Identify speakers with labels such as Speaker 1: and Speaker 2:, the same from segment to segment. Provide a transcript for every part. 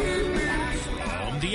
Speaker 1: From the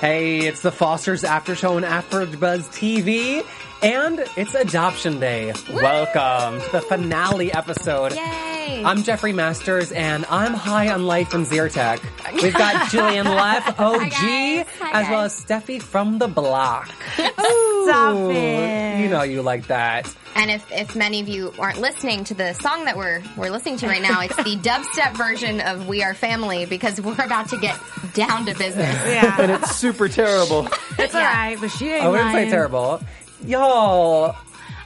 Speaker 2: Hey, it's the Foster's After Show on AfterBuzz TV, and it's Adoption Day. Welcome to the finale episode.
Speaker 3: Yay.
Speaker 2: I'm Jeffrey Masters, and I'm high on life from Zyrtec. We've got Jillian Leff, OG,
Speaker 3: guys. Hi,
Speaker 2: as well
Speaker 3: guys.
Speaker 2: as Steffi from the block.
Speaker 3: Stop
Speaker 2: Ooh,
Speaker 3: it.
Speaker 2: You know you like that.
Speaker 3: And if, if many of you aren't listening to the song that we're we're listening to right now, it's the dubstep version of "We Are Family" because we're about to get down to business.
Speaker 4: Yeah,
Speaker 2: It's super terrible.
Speaker 4: it's all right, but she ain't
Speaker 2: I wouldn't
Speaker 4: lying.
Speaker 2: say terrible. Y'all,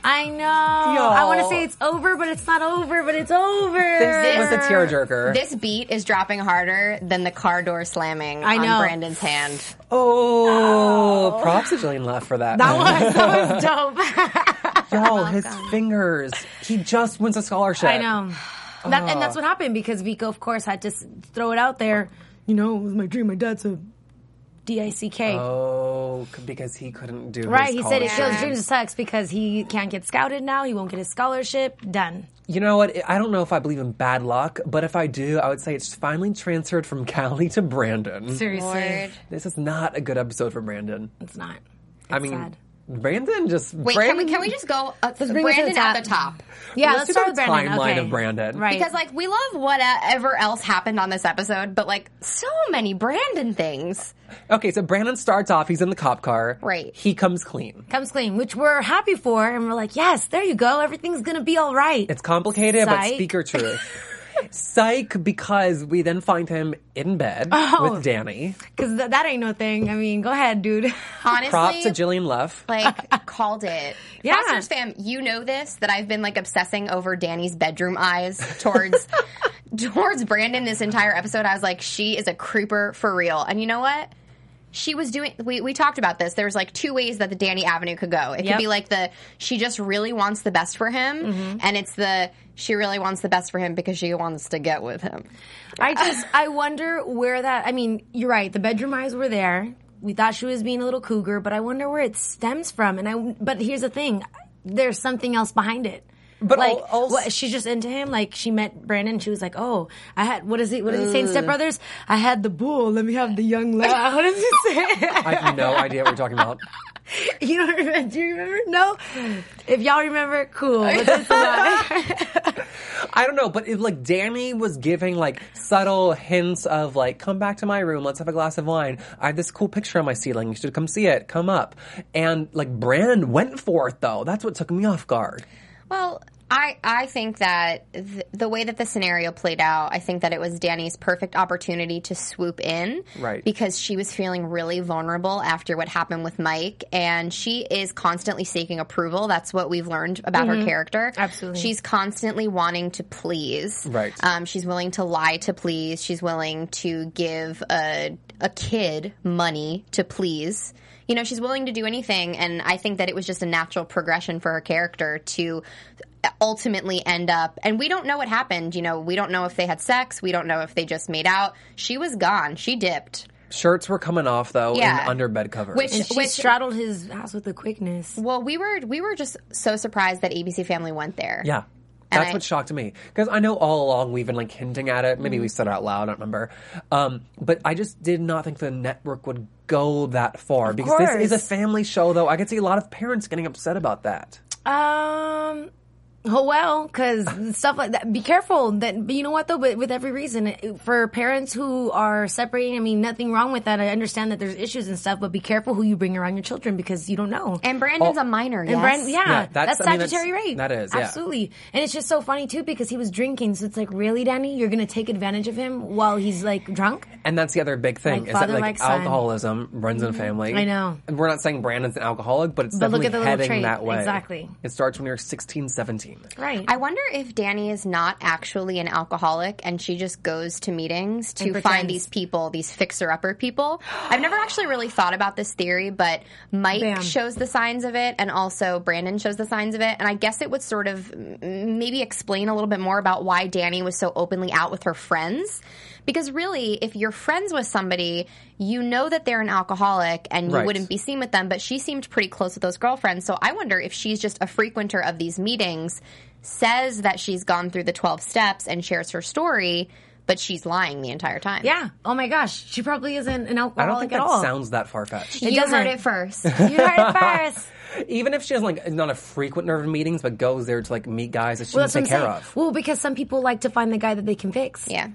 Speaker 4: I know. I want to
Speaker 2: Yo.
Speaker 4: say it's over, but it's not over, but it's over.
Speaker 2: this was a tearjerker.
Speaker 3: This beat is dropping harder than the car door slamming
Speaker 4: I
Speaker 3: on
Speaker 4: know.
Speaker 3: Brandon's hand.
Speaker 2: oh, props to Jillian Leff for that.
Speaker 4: That was, that was dope.
Speaker 2: Y'all, Oh, his fingers. He just wins a scholarship.
Speaker 4: I know. That, and that's what
Speaker 2: Oh.
Speaker 4: happened because Vico, of course, had to s- throw it out there. You know, it was my dream. My dad's a D-I-C-K.
Speaker 2: Oh, c- because he couldn't do
Speaker 4: right,
Speaker 2: his
Speaker 4: he said it
Speaker 2: scholarship.
Speaker 4: shows dreams sucks because he can't get scouted now. He won't get his scholarship. Done.
Speaker 2: You know what? I don't know if I believe in bad luck, but if I do, I would say it's finally transferred from Callie to Brandon.
Speaker 4: Seriously,
Speaker 3: Lord.
Speaker 2: This is not a good episode for Brandon.
Speaker 4: it's not.
Speaker 2: I
Speaker 4: It's
Speaker 2: mean,
Speaker 4: sad.
Speaker 2: Brandon just.
Speaker 3: Wait,
Speaker 2: Brandon,
Speaker 3: can we can we just go uh,
Speaker 4: bring it to
Speaker 3: Brandon
Speaker 4: the top.
Speaker 3: at the top?
Speaker 4: yeah,
Speaker 2: let's
Speaker 4: let's,
Speaker 2: do
Speaker 4: start
Speaker 2: the
Speaker 4: with Brandon.
Speaker 2: timeline
Speaker 4: okay.
Speaker 2: of Brandon.
Speaker 4: right?
Speaker 3: Because like we love whatever else happened on this episode, but like so many Brandon things.
Speaker 2: Okay, so Brandon starts off. He's in the cop car.
Speaker 3: Right.
Speaker 2: He comes clean.
Speaker 4: comes clean, which we're happy for, and we're like, yes, there you go, everything's gonna be all right.
Speaker 2: It's complicated, but
Speaker 4: Psych.
Speaker 2: speaker truth. Psych, because we then find him in bed
Speaker 4: Oh.
Speaker 2: with Danny.
Speaker 4: Because th- that ain't no thing. I mean, go ahead, dude.
Speaker 3: Honestly,
Speaker 2: Props to Jillian Love.
Speaker 3: like called it.
Speaker 4: Yeah.
Speaker 3: Fosters fam, you know this that I've been like obsessing over Danny's bedroom eyes towards towards Brandon this entire episode. I was like, she is a creeper for real. And you know what? She was doing. We, we talked about this. There was like two ways that the Danny Avenue could go. It could
Speaker 4: Yep. Mm-hmm.
Speaker 3: be like the she just really wants the best for him, and it's the she really wants the best for him because she wants to get with him.
Speaker 4: I just, I wonder where that, I mean, you're right, the bedroom eyes were there. We thought she was being a little cougar, but I wonder where it stems from. And I, but here's the thing there's something else behind it.
Speaker 2: But
Speaker 4: like,
Speaker 2: al- also-
Speaker 4: what, she's just into him. Like, she met Brandon. She was like, "Oh, I had what is he? What is he saying? Step Brothers? I had the bull. Let me have the young lad." What does he say?
Speaker 2: I have no idea what we're talking about.
Speaker 4: You don't remember? Do you remember? No. If y'all remember, cool. But it's not.
Speaker 2: I don't know, but it, like Danny was giving like subtle hints of like, come back to my room, let's have a glass of wine. I have this cool picture on my ceiling. You should come see it. Come up. And like Brandon went for it though. That's what took me off guard.
Speaker 3: Well, I I think that th- the way that the scenario played out, I think that it was Danny's perfect opportunity to swoop in,
Speaker 2: Right.
Speaker 3: Because she was feeling really vulnerable after what happened with Mike, and she is constantly seeking approval. That's what we've learned about her character.
Speaker 4: Absolutely.
Speaker 3: she's constantly wanting to please.
Speaker 2: Right.
Speaker 3: Um, she's willing to lie to please. She's willing to give a a kid money to please. You know, she's willing to do anything, and I think that it was just a natural progression for her character to ultimately end up. And we don't know what happened. You know, we don't know if they had sex. We don't know if they just made out. She was gone. She dipped.
Speaker 2: Shirts were coming off though
Speaker 3: Yeah.
Speaker 2: in under bed covers.
Speaker 3: Which-
Speaker 4: And she
Speaker 3: Which-
Speaker 4: straddled his ass with a quickness.
Speaker 3: Well, we were we were just so surprised that ABC Family went there.
Speaker 2: Yeah.
Speaker 3: And
Speaker 2: That's
Speaker 3: I-
Speaker 2: what shocked me. Because I know all along we've been like hinting at it. Maybe
Speaker 4: Mm-hmm.
Speaker 2: we said it out loud, I don't remember. Um, but I just did not think the network would go that far. because this is a
Speaker 4: course.
Speaker 2: family show, though. I could see a lot of parents getting upset about that.
Speaker 4: Um, Oh well, because stuff like that. Be careful. That but you know what though. But with every reason, it- for parents who are separating, I mean, nothing wrong with that. I understand that there's issues and stuff, but be careful who you bring around your children because you don't know.
Speaker 3: And Brandon's
Speaker 2: Oh.
Speaker 3: a minor, yes.
Speaker 4: And Brand- yeah,
Speaker 2: Yeah,
Speaker 4: that's,
Speaker 2: that's- I mean, that's-
Speaker 4: Sagittary rape.
Speaker 2: that is, yeah.
Speaker 4: absolutely. And it's just so funny too because he was drinking, so it's like, really, Danny, you're gonna take advantage of him while he's like drunk?
Speaker 2: And that's the other big thing
Speaker 4: Like
Speaker 2: is that
Speaker 4: father,
Speaker 2: like,
Speaker 4: like son. Mm-hmm.
Speaker 2: alcoholism runs in the family.
Speaker 4: I know.
Speaker 2: And we're not saying Brandon's an alcoholic, but it's
Speaker 4: But look
Speaker 2: definitely
Speaker 4: at the little
Speaker 2: heading
Speaker 4: trait.
Speaker 2: that way.
Speaker 4: Exactly.
Speaker 2: It starts when you're 16, 17.
Speaker 4: Right.
Speaker 3: I wonder if Danny is not actually an alcoholic and she just goes to meetings to
Speaker 4: And
Speaker 3: find
Speaker 4: pretends.
Speaker 3: these people, these fixer upper people. I've never actually really thought about this theory, but Mike
Speaker 4: Bam.
Speaker 3: shows the signs of it and also Brandon shows the signs of it. And I guess it would sort of mm, maybe explain a little bit more about why Danny was so openly out with her friends. Because really, if you're friends with somebody, you know that they're an alcoholic and you
Speaker 2: Right.
Speaker 3: wouldn't be seen with them, but she seemed pretty close with those girlfriends. So I wonder if she's just a frequenter of these meetings, says that she's gone through the 12 steps and shares her story, but she's lying the entire time.
Speaker 4: yeah. Oh my gosh, she probably isn't an alcoholic
Speaker 2: I don't think
Speaker 4: at
Speaker 2: that
Speaker 4: all.
Speaker 2: sounds that far fetched.
Speaker 3: You
Speaker 4: doesn't.
Speaker 3: heard it first.
Speaker 4: you heard it first.
Speaker 2: Even if she doesn't like not a frequent nerve meetings, but goes there to like meet guys that she
Speaker 4: Well,
Speaker 2: needs
Speaker 4: that's
Speaker 2: to
Speaker 4: what I'm
Speaker 2: take care
Speaker 4: saying.
Speaker 2: of.
Speaker 4: Well, because some people like to find the guy that they can fix.
Speaker 3: yeah.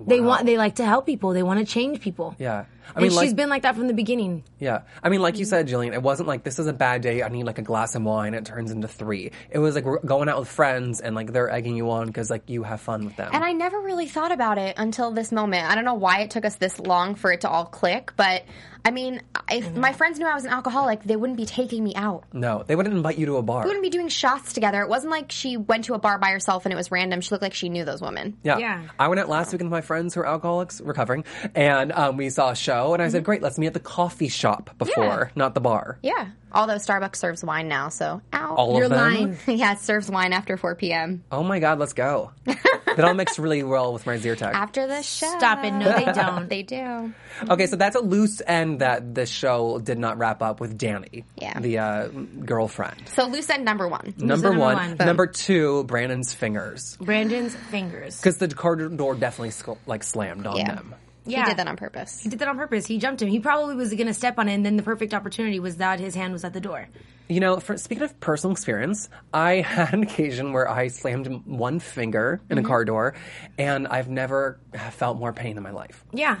Speaker 4: They want. They like to help people. They want to change people.
Speaker 2: Yeah. I
Speaker 4: and
Speaker 2: mean, like-
Speaker 4: she's been like that from the beginning.
Speaker 2: Yeah. I mean,
Speaker 3: Mm-hmm.
Speaker 2: like you said, Jillian, it wasn't like this is a bad day. I need like a glass of wine. It turns into three. It was like we're going out with friends and like they're egging you on because like you have fun with them.
Speaker 3: And I never really thought about it until this moment. I don't know why it took us this long for it to all click, but I mean, if my friends knew I was an alcoholic, they wouldn't be taking me out.
Speaker 2: no, they wouldn't invite you to a bar.
Speaker 3: We wouldn't be doing shots together. It wasn't like she went to a bar by herself and it was random. She looked like she knew those women.
Speaker 2: Yeah.
Speaker 4: Yeah.
Speaker 2: I went out last weekend with my friends who are alcoholics, recovering, and um, we saw a show. And I said, great, let's meet at the coffee shop before, not the bar.
Speaker 3: Mm-hmm. Yeah. Although Starbucks serves wine now, so ow.
Speaker 2: All of
Speaker 4: You're
Speaker 2: them.
Speaker 4: lying.
Speaker 3: yeah, it serves wine after 4 p.m.
Speaker 2: Oh my God, let's go. that all mixed really well with my Zyrtec.
Speaker 3: After the show.
Speaker 4: Stop it. No, they don't.
Speaker 3: They do.
Speaker 2: Okay, so that's a loose end that the show did not wrap up with Danny,
Speaker 3: Yeah.
Speaker 2: the uh, girlfriend.
Speaker 3: So loose end number one.
Speaker 2: Number,
Speaker 4: number
Speaker 2: one.
Speaker 4: one?
Speaker 2: Number two, Brandon's fingers.
Speaker 4: Brandon's fingers.
Speaker 2: Because the car door definitely sc- like slammed on
Speaker 3: Yeah.
Speaker 2: them.
Speaker 4: Yeah.
Speaker 3: He did that on purpose.
Speaker 4: He did that on purpose. He jumped him. He probably was going to step on it, and then the perfect opportunity was that his hand was at the door.
Speaker 2: You know, for, speaking of personal experience, I had an occasion where I slammed m- one finger in a
Speaker 3: Mm-hmm.
Speaker 2: car door, and I've never felt more pain in my life.
Speaker 4: Yeah.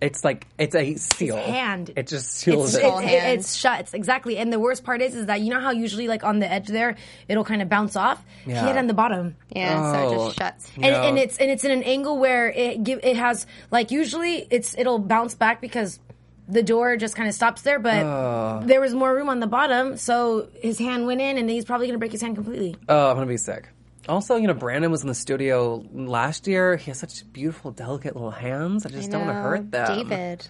Speaker 2: It's like it's a seal.
Speaker 4: hand.
Speaker 2: It just seals
Speaker 3: It's
Speaker 2: it.
Speaker 3: all
Speaker 4: It-
Speaker 3: hand.
Speaker 4: it's shuts exactly. And the worst part is, is that you know how usually like on the edge there, it'll kind of bounce off.
Speaker 2: Yeah.
Speaker 4: He hit on the bottom.
Speaker 3: Yeah, so it
Speaker 2: Oh.
Speaker 3: just shuts.
Speaker 4: and,
Speaker 2: No.
Speaker 4: and it's and it's in an angle where it give it has like usually it's it'll bounce back because the door just kind of stops there, but there was more room on the bottom, so his hand went in, and he's probably gonna break his hand completely.
Speaker 2: Oh, I'm gonna be sick. Also, you know, Brandon was in the studio last year. He has such beautiful, delicate little hands. I just don't want to
Speaker 3: No,
Speaker 2: hurt them.
Speaker 3: David.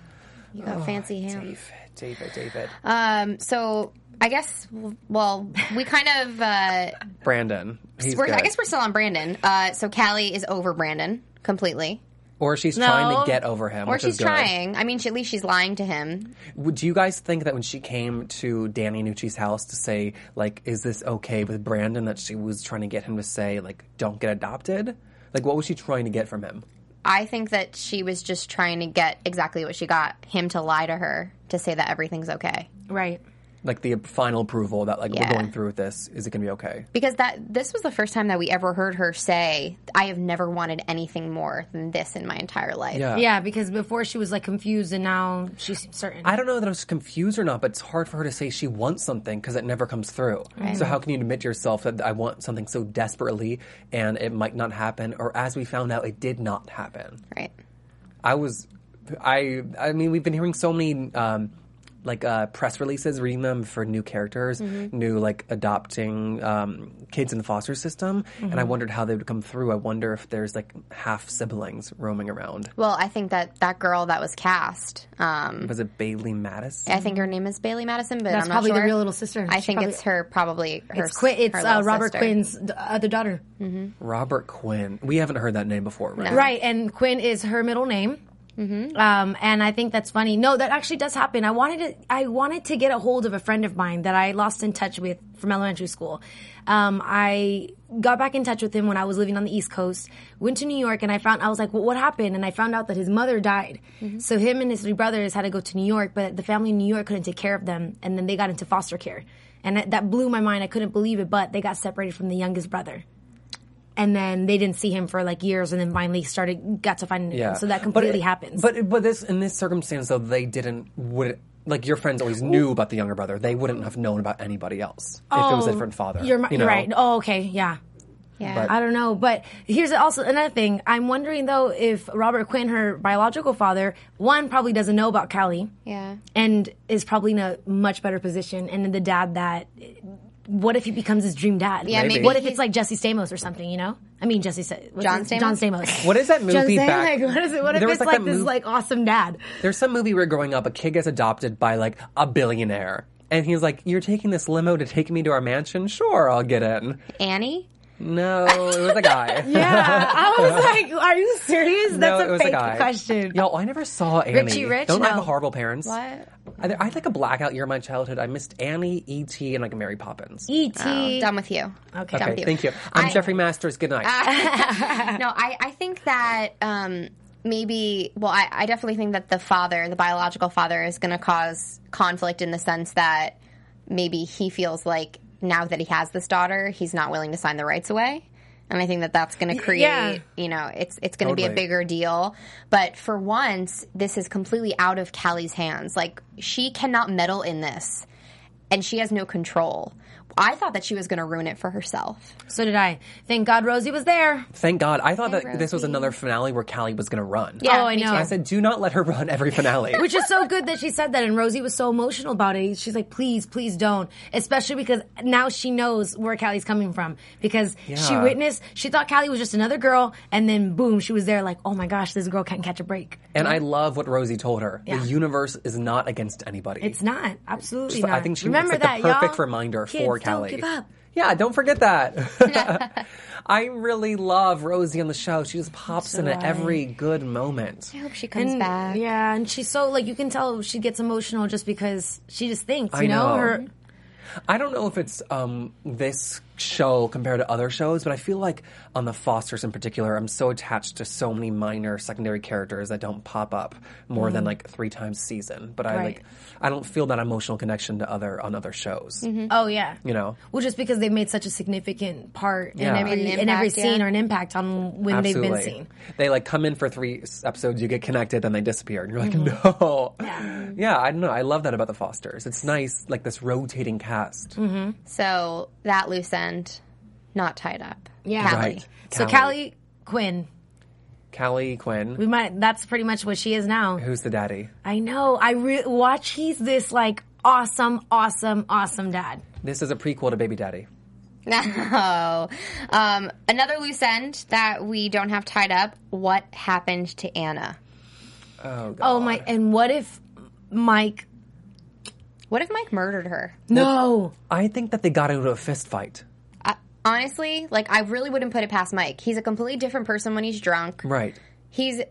Speaker 3: You
Speaker 2: Oh,
Speaker 3: got fancy hands.
Speaker 2: David, David, David.
Speaker 3: Um, so I guess, well, we kind of, uh,
Speaker 2: Brandon. He's
Speaker 3: we're, I
Speaker 2: good.
Speaker 3: guess we're still on Brandon. Uh, so Callie is over Brandon completely.
Speaker 2: or she's trying
Speaker 4: No.
Speaker 2: to get over him.
Speaker 3: Or
Speaker 2: which
Speaker 3: she's
Speaker 2: is good.
Speaker 3: trying. I mean, she, at least she's lying to him.
Speaker 2: Would- Do you guys think that when she came to Danny Nucci's house to say, like, is this okay with Brandon, that she was trying to get him to say, like, don't get adopted? Like, what was she trying to get from him?
Speaker 3: I think that she was just trying to get exactly what she got him to lie to her to say that everything's okay.
Speaker 4: Right.
Speaker 2: Like, the final approval that, like,
Speaker 3: Yeah.
Speaker 2: we're going through with this. Is it going to be okay?
Speaker 3: Because that this was the first time that we ever heard her say, "I have never wanted anything more than this in my entire life."
Speaker 2: Yeah.
Speaker 4: Yeah, because before she was like confused, and now she seems certain.
Speaker 2: I don't know that I was confused or not, but it's hard for her to say she wants something because it never comes through. So, how can you admit to yourself that I want something so desperately and it might not happen? Or, as we found out, it did not happen.
Speaker 3: Right.
Speaker 2: I was, I, I mean, we've been hearing so many um, like uh, press releases, reading them for new characters,
Speaker 4: Mm-hmm.
Speaker 2: new like adopting um, kids in the foster system, and
Speaker 4: Mm-hmm.
Speaker 2: I wondered how they would come through. I wonder if there's like half siblings roaming around.
Speaker 3: Well, I think that that girl that was cast,
Speaker 4: Mm-hmm.
Speaker 3: um,
Speaker 2: Was it Bailey Mattis?
Speaker 3: I think her name is Bailey Madison, but
Speaker 4: That's
Speaker 3: I'm not
Speaker 4: probably
Speaker 3: sure.
Speaker 4: the real little sister.
Speaker 3: I
Speaker 4: She
Speaker 3: think
Speaker 4: probably-
Speaker 3: it's her. Probably her.
Speaker 4: It's Quinn. It's
Speaker 3: her
Speaker 4: uh,
Speaker 3: little
Speaker 4: Robert
Speaker 3: sister.
Speaker 4: Quinn's d- other daughter.
Speaker 2: Robert Quinn. We haven't heard that name before, right?
Speaker 4: Right, and Quinn is her middle name. Um, and I think that's funny. No, that actually does happen. I wanted to, I wanted to get a hold of a friend of mine that I lost in touch with from elementary school. Um, I got back in touch with him when I was living on the East Coast. Went to New York, and I found I was like, well, "What happened?" And I found out that his mother died. So him and his three brothers had to go to New York, but the family in New York couldn't take care of them, and then they got into foster care. And that- that blew my mind. I couldn't believe it, but they got separated from the youngest brother. And then they didn't see him for like years, and then finally started got to find him.
Speaker 2: Yeah.
Speaker 4: So that
Speaker 2: But
Speaker 4: completely
Speaker 2: it-
Speaker 4: happens.
Speaker 2: But but this in this circumstance though they didn't would like your friends always knew about the younger brother. They wouldn't have known about anybody else if it was a
Speaker 4: Oh,
Speaker 2: different father.
Speaker 4: You're, mi-
Speaker 2: you know?
Speaker 4: right. Oh, okay. Yeah.
Speaker 3: Yeah.
Speaker 2: But-
Speaker 4: I don't know. But here's also another thing. I'm wondering though if Robert Quinn, her biological father, one probably doesn't know about Callie.
Speaker 3: Yeah.
Speaker 4: And is probably in a much better position. And then the dad that, what if he becomes his dream dad?
Speaker 3: Yeah,
Speaker 2: maybe.
Speaker 4: What if
Speaker 3: he's-
Speaker 4: it's like Jesse Stamos or something? You know? I mean, Jesse. Sta- what's
Speaker 3: John
Speaker 4: his-
Speaker 3: Stamos?
Speaker 4: John Stamos.
Speaker 2: What is that
Speaker 4: Just
Speaker 2: movie
Speaker 4: saying,
Speaker 2: back?
Speaker 4: like, what is it? What
Speaker 2: There
Speaker 4: if
Speaker 2: was,
Speaker 4: it's
Speaker 2: like,
Speaker 4: like,
Speaker 2: that
Speaker 4: this
Speaker 2: mov-
Speaker 4: like awesome dad?
Speaker 2: There's some movie where growing up, a kid gets adopted by like a billionaire, and he's like, "You're taking this limo to take me to our mansion? Sure, I'll get in."
Speaker 3: Annie?
Speaker 2: No, it was a guy.
Speaker 4: Yeah, I was like, are you serious?
Speaker 2: No,
Speaker 4: That's
Speaker 2: it
Speaker 4: a
Speaker 2: was
Speaker 4: fake
Speaker 2: a guy.
Speaker 4: question.
Speaker 2: Y'all, I never saw Annie.
Speaker 3: Richie Rich?
Speaker 2: Don't I have
Speaker 3: No.
Speaker 2: horrible parents?
Speaker 3: What?
Speaker 2: I, I had like a blackout year of my childhood. I missed Annie, E.T., and like Mary Poppins.
Speaker 4: Et.
Speaker 3: Done with you. Okay. Done with
Speaker 2: okay, thank you. I'm Jeffrey Masters. Good night.
Speaker 3: no, I, I think that um, maybe, well, I, I definitely think that the father, the biological father, is going to cause conflict in the sense that maybe he feels like now that he has this daughter, he's not willing to sign the rights away. And I think that that's going to create,
Speaker 4: yeah.
Speaker 3: you know, it's it's going to be a
Speaker 2: Totally.
Speaker 3: bigger deal. But for once, this is completely out of Callie's hands. Like she cannot meddle in this, and she has no control. I thought that she was going to ruin it for herself.
Speaker 4: So did I. Thank God Rosie was there.
Speaker 2: Thank God. I thought that this was
Speaker 3: Rosie.
Speaker 2: another finale where Callie was going to run.
Speaker 3: Yeah,
Speaker 4: oh, I
Speaker 3: me
Speaker 4: know.
Speaker 3: too.
Speaker 2: I said, do not let her run every finale.
Speaker 4: Which is so good that she said that, and Rosie was so emotional about it. She's like, "Please, please don't," especially because now she knows where Callie's coming from because she
Speaker 2: Yeah.
Speaker 4: witnessed. She thought Callie was just another girl, and then boom, she was there. Like, oh my gosh, this girl can't catch a break.
Speaker 2: and I love what Rosie told her.
Speaker 4: Yeah.
Speaker 2: The universe is not against anybody.
Speaker 4: It's not absolutely
Speaker 2: So
Speaker 4: not.
Speaker 2: I think she
Speaker 4: remember
Speaker 2: it's
Speaker 4: that.
Speaker 2: like the perfect
Speaker 4: y'all?
Speaker 2: reminder
Speaker 4: Kids,
Speaker 2: for
Speaker 4: don't
Speaker 2: Callie.
Speaker 4: give up.
Speaker 2: Yeah, don't forget that. I really love Rosie on the show. She just pops in at every good moment.
Speaker 3: I hope she comes
Speaker 4: And-
Speaker 3: back.
Speaker 4: Yeah, and she's so like you can tell she gets emotional just because she just thinks, you
Speaker 2: I know.
Speaker 4: Her
Speaker 2: I don't know if it's um, this show compared to other shows, but I feel like on the Fosters in particular, I'm so attached to so many minor secondary characters that don't pop up more than like three times a season. But I
Speaker 4: Mm-hmm. Right.
Speaker 2: like I don't feel that emotional connection to other on other shows.
Speaker 4: Oh yeah.
Speaker 2: You know?
Speaker 4: Well, just because they've made such a significant part
Speaker 2: Yeah.
Speaker 4: in every
Speaker 3: An
Speaker 4: in every
Speaker 3: impact, yeah.
Speaker 4: scene or an impact on when they've been seen.
Speaker 2: They like come in for three s- episodes, you get connected, then they disappear, and you're like,
Speaker 4: Mm-hmm.
Speaker 2: no. Yeah. I don't know. I love that about the Fosters. It's nice, like this rotating cast.
Speaker 4: Mm-hmm.
Speaker 3: So that loose end, not tied up.
Speaker 4: Yeah.
Speaker 3: Callie.
Speaker 2: Right.
Speaker 4: So
Speaker 2: Callie.
Speaker 4: Callie Quinn,
Speaker 2: Callie Quinn,
Speaker 4: we might. That's pretty much what she is now.
Speaker 2: who's the daddy?
Speaker 4: I know. I re- watch. He's this like awesome, awesome, awesome dad.
Speaker 2: This is a prequel to Baby Daddy.
Speaker 3: No. Um, another loose end that we don't have tied up. What happened to Anna?
Speaker 2: Oh, God.
Speaker 4: Oh my! And what if Mike?
Speaker 3: What if Mike murdered her?
Speaker 4: No.
Speaker 2: I think that they got into a fist fight.
Speaker 3: I, honestly, like I really wouldn't put it past Mike. He's a completely different person when he's drunk.
Speaker 2: Right.
Speaker 3: He's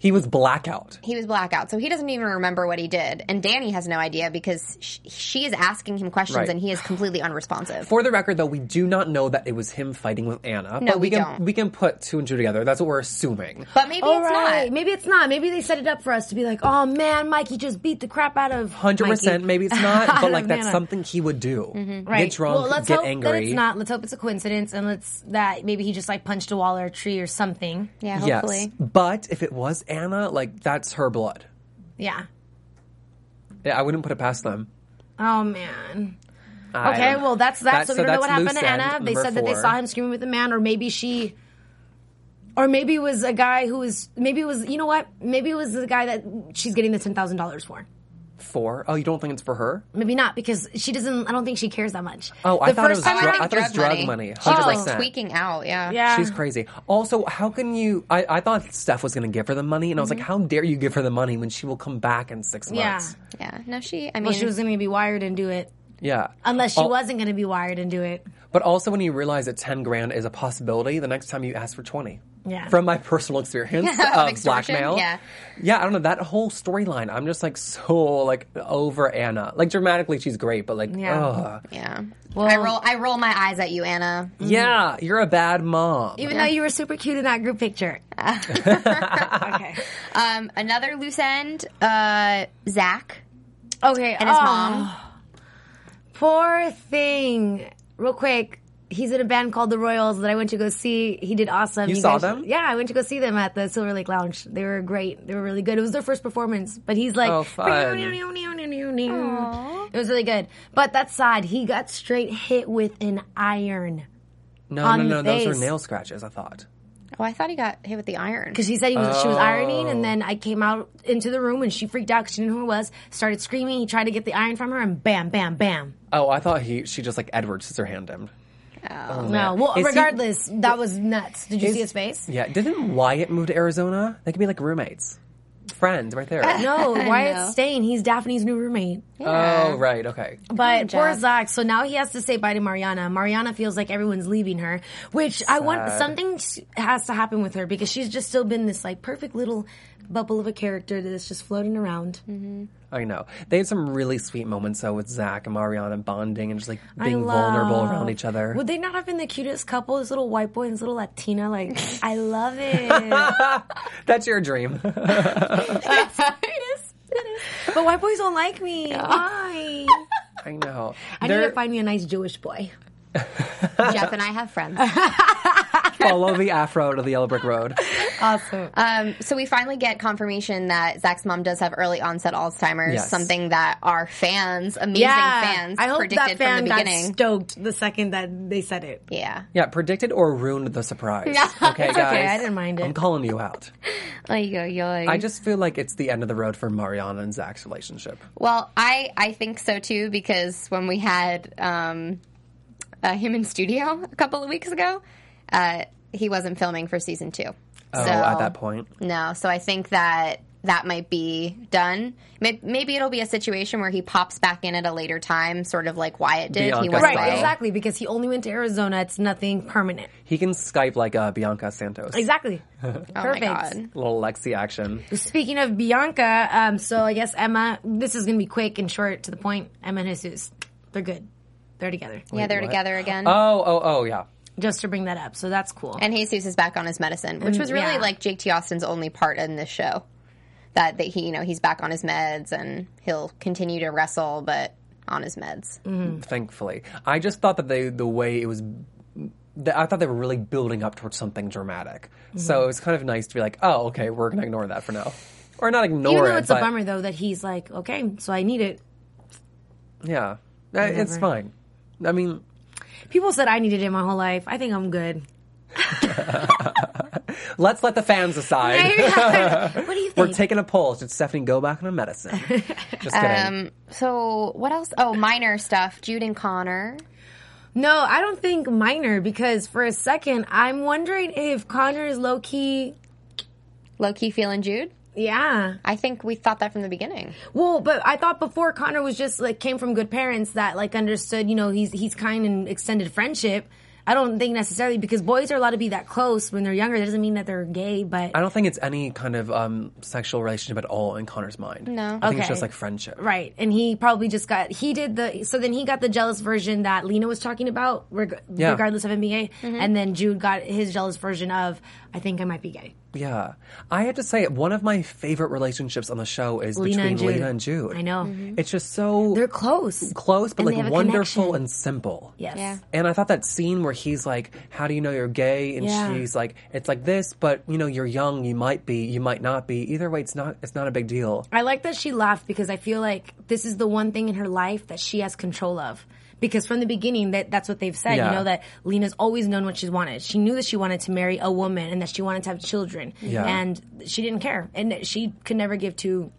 Speaker 2: He was blackout.
Speaker 3: he was blackout, so he doesn't even remember what he did. And Danny has no idea because she, she is asking him questions
Speaker 2: Right.
Speaker 3: and he is completely unresponsive.
Speaker 2: For the record, though, we do not know that it was him fighting with Anna.
Speaker 3: No,
Speaker 2: but
Speaker 3: we
Speaker 2: can
Speaker 3: don't.
Speaker 2: we can put two and two together. That's what we're assuming.
Speaker 3: but maybe
Speaker 4: All
Speaker 3: it's
Speaker 4: right.
Speaker 3: not.
Speaker 4: Maybe it's not. Maybe they set it up for us to be like, oh man, Mikey just beat the crap out of
Speaker 2: Hundred percent.
Speaker 4: Mikey.
Speaker 2: Maybe it's not, but like
Speaker 4: of
Speaker 2: that's
Speaker 4: Nana.
Speaker 2: something he would do. Get drunk,
Speaker 4: Mm-hmm. Well, let's
Speaker 2: get
Speaker 4: hope
Speaker 2: angry.
Speaker 4: that it's not. Let's hope it's a coincidence, and let's that maybe he just like punched a wall or a tree or something.
Speaker 3: Yeah, hopefully.
Speaker 2: Yes, but if it was Anna, like that's her blood.
Speaker 4: Yeah.
Speaker 2: Yeah, I wouldn't put it past them.
Speaker 4: Oh man.
Speaker 2: I
Speaker 4: Okay.
Speaker 2: don't know.
Speaker 4: Well, that's that. So we
Speaker 2: so
Speaker 4: don't know
Speaker 2: that's
Speaker 4: what happened
Speaker 2: loose
Speaker 4: to
Speaker 2: end,
Speaker 4: Anna. They
Speaker 2: number
Speaker 4: said that they
Speaker 2: four.
Speaker 4: saw him screaming with a man, or maybe she. Or maybe it was a guy who was maybe it was you know what maybe it was the guy that she's getting the ten thousand dollars for
Speaker 2: Four. Oh, you don't think it's for her?
Speaker 4: maybe not because she doesn't I don't think she cares that much.
Speaker 2: Oh, I
Speaker 4: The
Speaker 2: thought it
Speaker 4: first
Speaker 2: was.
Speaker 4: time I
Speaker 2: dru-
Speaker 4: think
Speaker 2: I thought it was drug money.
Speaker 3: She was like
Speaker 2: 100%.
Speaker 3: Oh, tweaking out. Yeah.
Speaker 4: Yeah.
Speaker 2: She's crazy. Also, how can you? I, I thought Steph was going to give her the money, and I was like, how dare you give her the money when she will come back in six
Speaker 4: Mm-hmm. Yeah.
Speaker 2: months?
Speaker 3: Yeah. No, she. I mean,
Speaker 4: Well, she was going to be wired and do it.
Speaker 2: Yeah.
Speaker 4: Unless she
Speaker 2: Al-
Speaker 4: wasn't going to be wired and do it.
Speaker 2: But also, when you realize that 10 grand is a possibility, the next time you ask for 20.
Speaker 4: Yeah.
Speaker 2: From my personal experience
Speaker 3: Of
Speaker 2: of
Speaker 3: extortion,
Speaker 2: blackmail.
Speaker 3: yeah.
Speaker 2: Yeah, I don't know. That whole storyline, I'm just like so like over Anna. Like dramatically, she's great, but like,
Speaker 4: Yeah.
Speaker 2: ugh.
Speaker 3: Yeah. I roll I roll my eyes at you, Anna.
Speaker 4: Mm-hmm.
Speaker 2: Yeah, you're a bad mom.
Speaker 4: Even though you were super cute in that group picture. okay.
Speaker 3: Um, another loose end, uh, Zach
Speaker 4: Okay.
Speaker 3: and his
Speaker 4: oh,
Speaker 3: mom.
Speaker 4: Poor thing. Real quick. He's in a band called The Royals that I went to go see. He did awesome.
Speaker 2: You saw
Speaker 4: guys-
Speaker 2: them?
Speaker 4: Yeah, I went to go see them at the Silver Lake Lounge. They were great. They were really good. It was their first performance, but he's like,
Speaker 2: Oh, fun.
Speaker 4: it was really good. But that's sad. He got straight hit with an iron
Speaker 2: No, no,
Speaker 4: on the
Speaker 2: no. Those
Speaker 4: face.
Speaker 2: are nail scratches, I thought.
Speaker 3: Oh, I thought he got hit with the iron.
Speaker 4: because she said he was, she was ironing, and then I came out into the room and she freaked out because she didn't know who it was. Started screaming. He tried to get the iron from her, and bam, bam, bam.
Speaker 2: Oh, I thought he she just like Edward scissorhanded him.
Speaker 4: Oh,
Speaker 2: Oh,
Speaker 4: No, well,
Speaker 2: Is he-
Speaker 4: regardless, that was nuts. Did you see his face?
Speaker 2: Yeah. Didn't Wyatt move to Arizona? They could be like roommates. Friends right there.
Speaker 4: No, Wyatt's staying. He's Daphne's new roommate.
Speaker 2: Oh, right. Okay.
Speaker 4: But poor
Speaker 3: Jeff.
Speaker 4: Zach. So now he has to say bye to Mariana. Mariana feels like everyone's leaving her, which I want something s- has to happen with her because she's just still been this like perfect little bubble of a character that's just floating around.
Speaker 2: Mm-hmm. I know. They had some really sweet moments though with Zach and Mariana bonding and just like
Speaker 4: I
Speaker 2: being
Speaker 4: love-
Speaker 2: vulnerable around each other.
Speaker 4: Would they not have been the cutest couple? This little white boy and this little Latina. Like, I love it.
Speaker 2: That's your dream.
Speaker 4: it is. It is. But white boys don't like me. Why?
Speaker 2: I know.
Speaker 4: I need
Speaker 2: They're-
Speaker 4: to find me a nice Jewish boy.
Speaker 3: Jeff and I have friends.
Speaker 2: follow the afro to the yellow brick road.
Speaker 4: Awesome.
Speaker 3: Um, so we finally get confirmation that Zach's mom does have early onset Alzheimer's,
Speaker 2: Yes.
Speaker 3: something that our fans, amazing fans,
Speaker 4: I hope
Speaker 3: predicted
Speaker 4: that fan
Speaker 3: from the beginning.
Speaker 4: got stoked the second that they said it.
Speaker 3: yeah.
Speaker 2: Yeah, predicted or ruined the surprise. Okay, guys.
Speaker 4: okay, I didn't mind it.
Speaker 2: I'm calling you out. I just feel like it's the end of the road for Mariana and Zach's relationship.
Speaker 3: Well, I I think so too because when we had um, uh, him in studio a couple of weeks ago, uh, he wasn't filming for season two.
Speaker 2: Oh,
Speaker 3: so,
Speaker 2: at that point.
Speaker 3: no. So I think that that might be done. May- Maybe it'll be a situation where he pops back in at a later time, sort of like Wyatt did.
Speaker 2: Bianca
Speaker 3: he went
Speaker 2: Right,
Speaker 4: Right,
Speaker 3: away.
Speaker 4: exactly, because he only went to Arizona. It's nothing permanent.
Speaker 2: He can Skype like uh, Bianca Santos.
Speaker 4: Exactly.
Speaker 3: Oh
Speaker 4: Perfect.
Speaker 3: my god.
Speaker 2: Little Lexi action.
Speaker 4: Speaking of Bianca, um, so I guess Emma, this is going to be quick and short to the point. Emma and Jesus, they're good. They're together.
Speaker 3: Yeah, they're
Speaker 2: what?
Speaker 3: together again.
Speaker 2: Oh, oh, oh, yeah.
Speaker 4: Just to bring that up. So that's cool.
Speaker 3: and Jesus is back on his medicine, which was really
Speaker 4: yeah.
Speaker 3: like Jake T. Austin's only part in this show. That that he you know he's back on his meds and he'll continue to wrestle, but on his meds.
Speaker 2: Thankfully, I just thought that they the way it was. that- I thought they were really building up towards something dramatic,
Speaker 4: Mm-hmm.
Speaker 2: so it was kind of nice to be like, "Oh, okay, we're gonna ignore that for now," or not ignore
Speaker 4: Even though
Speaker 2: it.
Speaker 4: it's a
Speaker 2: but-
Speaker 4: bummer, though, that he's like, okay, so I need it.
Speaker 2: Yeah, Uh, it's fine. I mean,
Speaker 4: People said I needed it my whole life. I think I'm good.
Speaker 2: let's let the fans decide.
Speaker 4: what do you think?
Speaker 2: We're taking a poll. Should Stephanie go back on medicine? Just kidding.
Speaker 4: Um,
Speaker 3: So what else? Oh, minor stuff. Jude and Connor.
Speaker 4: No, I don't think minor because for a second I'm wondering if Connor is low key.
Speaker 3: Low key feeling Jude.
Speaker 4: Yeah.
Speaker 3: I think we thought that from the beginning.
Speaker 4: Well, but I thought before Connor was just like came from good parents that like understood, you know, he's he's kind and extended friendship. I don't think necessarily because boys are allowed to be that close when they're younger. That doesn't mean that they're gay, but
Speaker 2: I don't think it's any kind of um, sexual relationship at all in Connor's mind. No, I think it's
Speaker 4: Okay.
Speaker 2: just like friendship.
Speaker 4: right. And he probably just got he did the so then he got the jealous version that Lena was talking about, reg-
Speaker 2: Yeah.
Speaker 4: regardless of him being gay. And then Jude got his jealous version of I think I might be gay.
Speaker 2: Yeah, I have to say one of my favorite relationships on the show is
Speaker 4: Lena
Speaker 2: between
Speaker 4: and Jude.
Speaker 2: Lena and Jude.
Speaker 4: I know. Mm-hmm.
Speaker 2: It's just so
Speaker 4: They're close.
Speaker 2: close, but
Speaker 4: And they
Speaker 2: like
Speaker 4: have a
Speaker 2: wonderful
Speaker 4: connection.
Speaker 2: and simple.
Speaker 4: Yes.
Speaker 3: Yeah.
Speaker 2: And I thought that scene where he's like, "How do you know you're gay?" and
Speaker 4: Yeah.
Speaker 2: she's like, "It's like this, but you know, you're young. You might be. You might not be. Either way, it's not. It's not a big deal."
Speaker 4: I like that she laughed because I feel like this is the one thing in her life that she has control of. Because from the beginning, that that's what they've said.
Speaker 2: Yeah.
Speaker 4: You know that Lena's always known what she wanted. She knew that she wanted to marry a woman and that she wanted to have children.
Speaker 2: Yeah.
Speaker 4: And she didn't care, and that she could never give two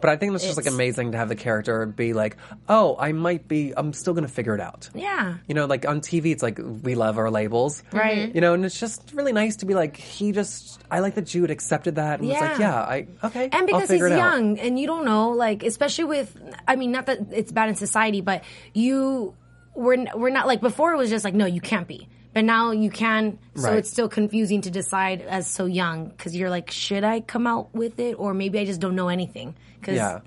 Speaker 2: But I think it's just like
Speaker 4: It's-
Speaker 2: amazing to have the character be like, oh, I might be, I'm still going to figure it out.
Speaker 4: Yeah.
Speaker 2: You know, like on TV, it's like we love our labels,
Speaker 4: Right.
Speaker 2: You know, and it's just really nice to be like, he just, I like that Jude accepted that and was like,
Speaker 4: Yeah.
Speaker 2: yeah, I okay,
Speaker 4: And
Speaker 2: I'll
Speaker 4: because he's
Speaker 2: figure it out.
Speaker 4: young, and you don't know, like especially with, I mean, not that it's bad in society, but you we're n- we're not like before. It was just like, no, you can't be, but now you can. So
Speaker 2: Right.
Speaker 4: it's still confusing to decide as so young because you're like, should I come out with it, or maybe I just don't know anything because
Speaker 2: Yeah.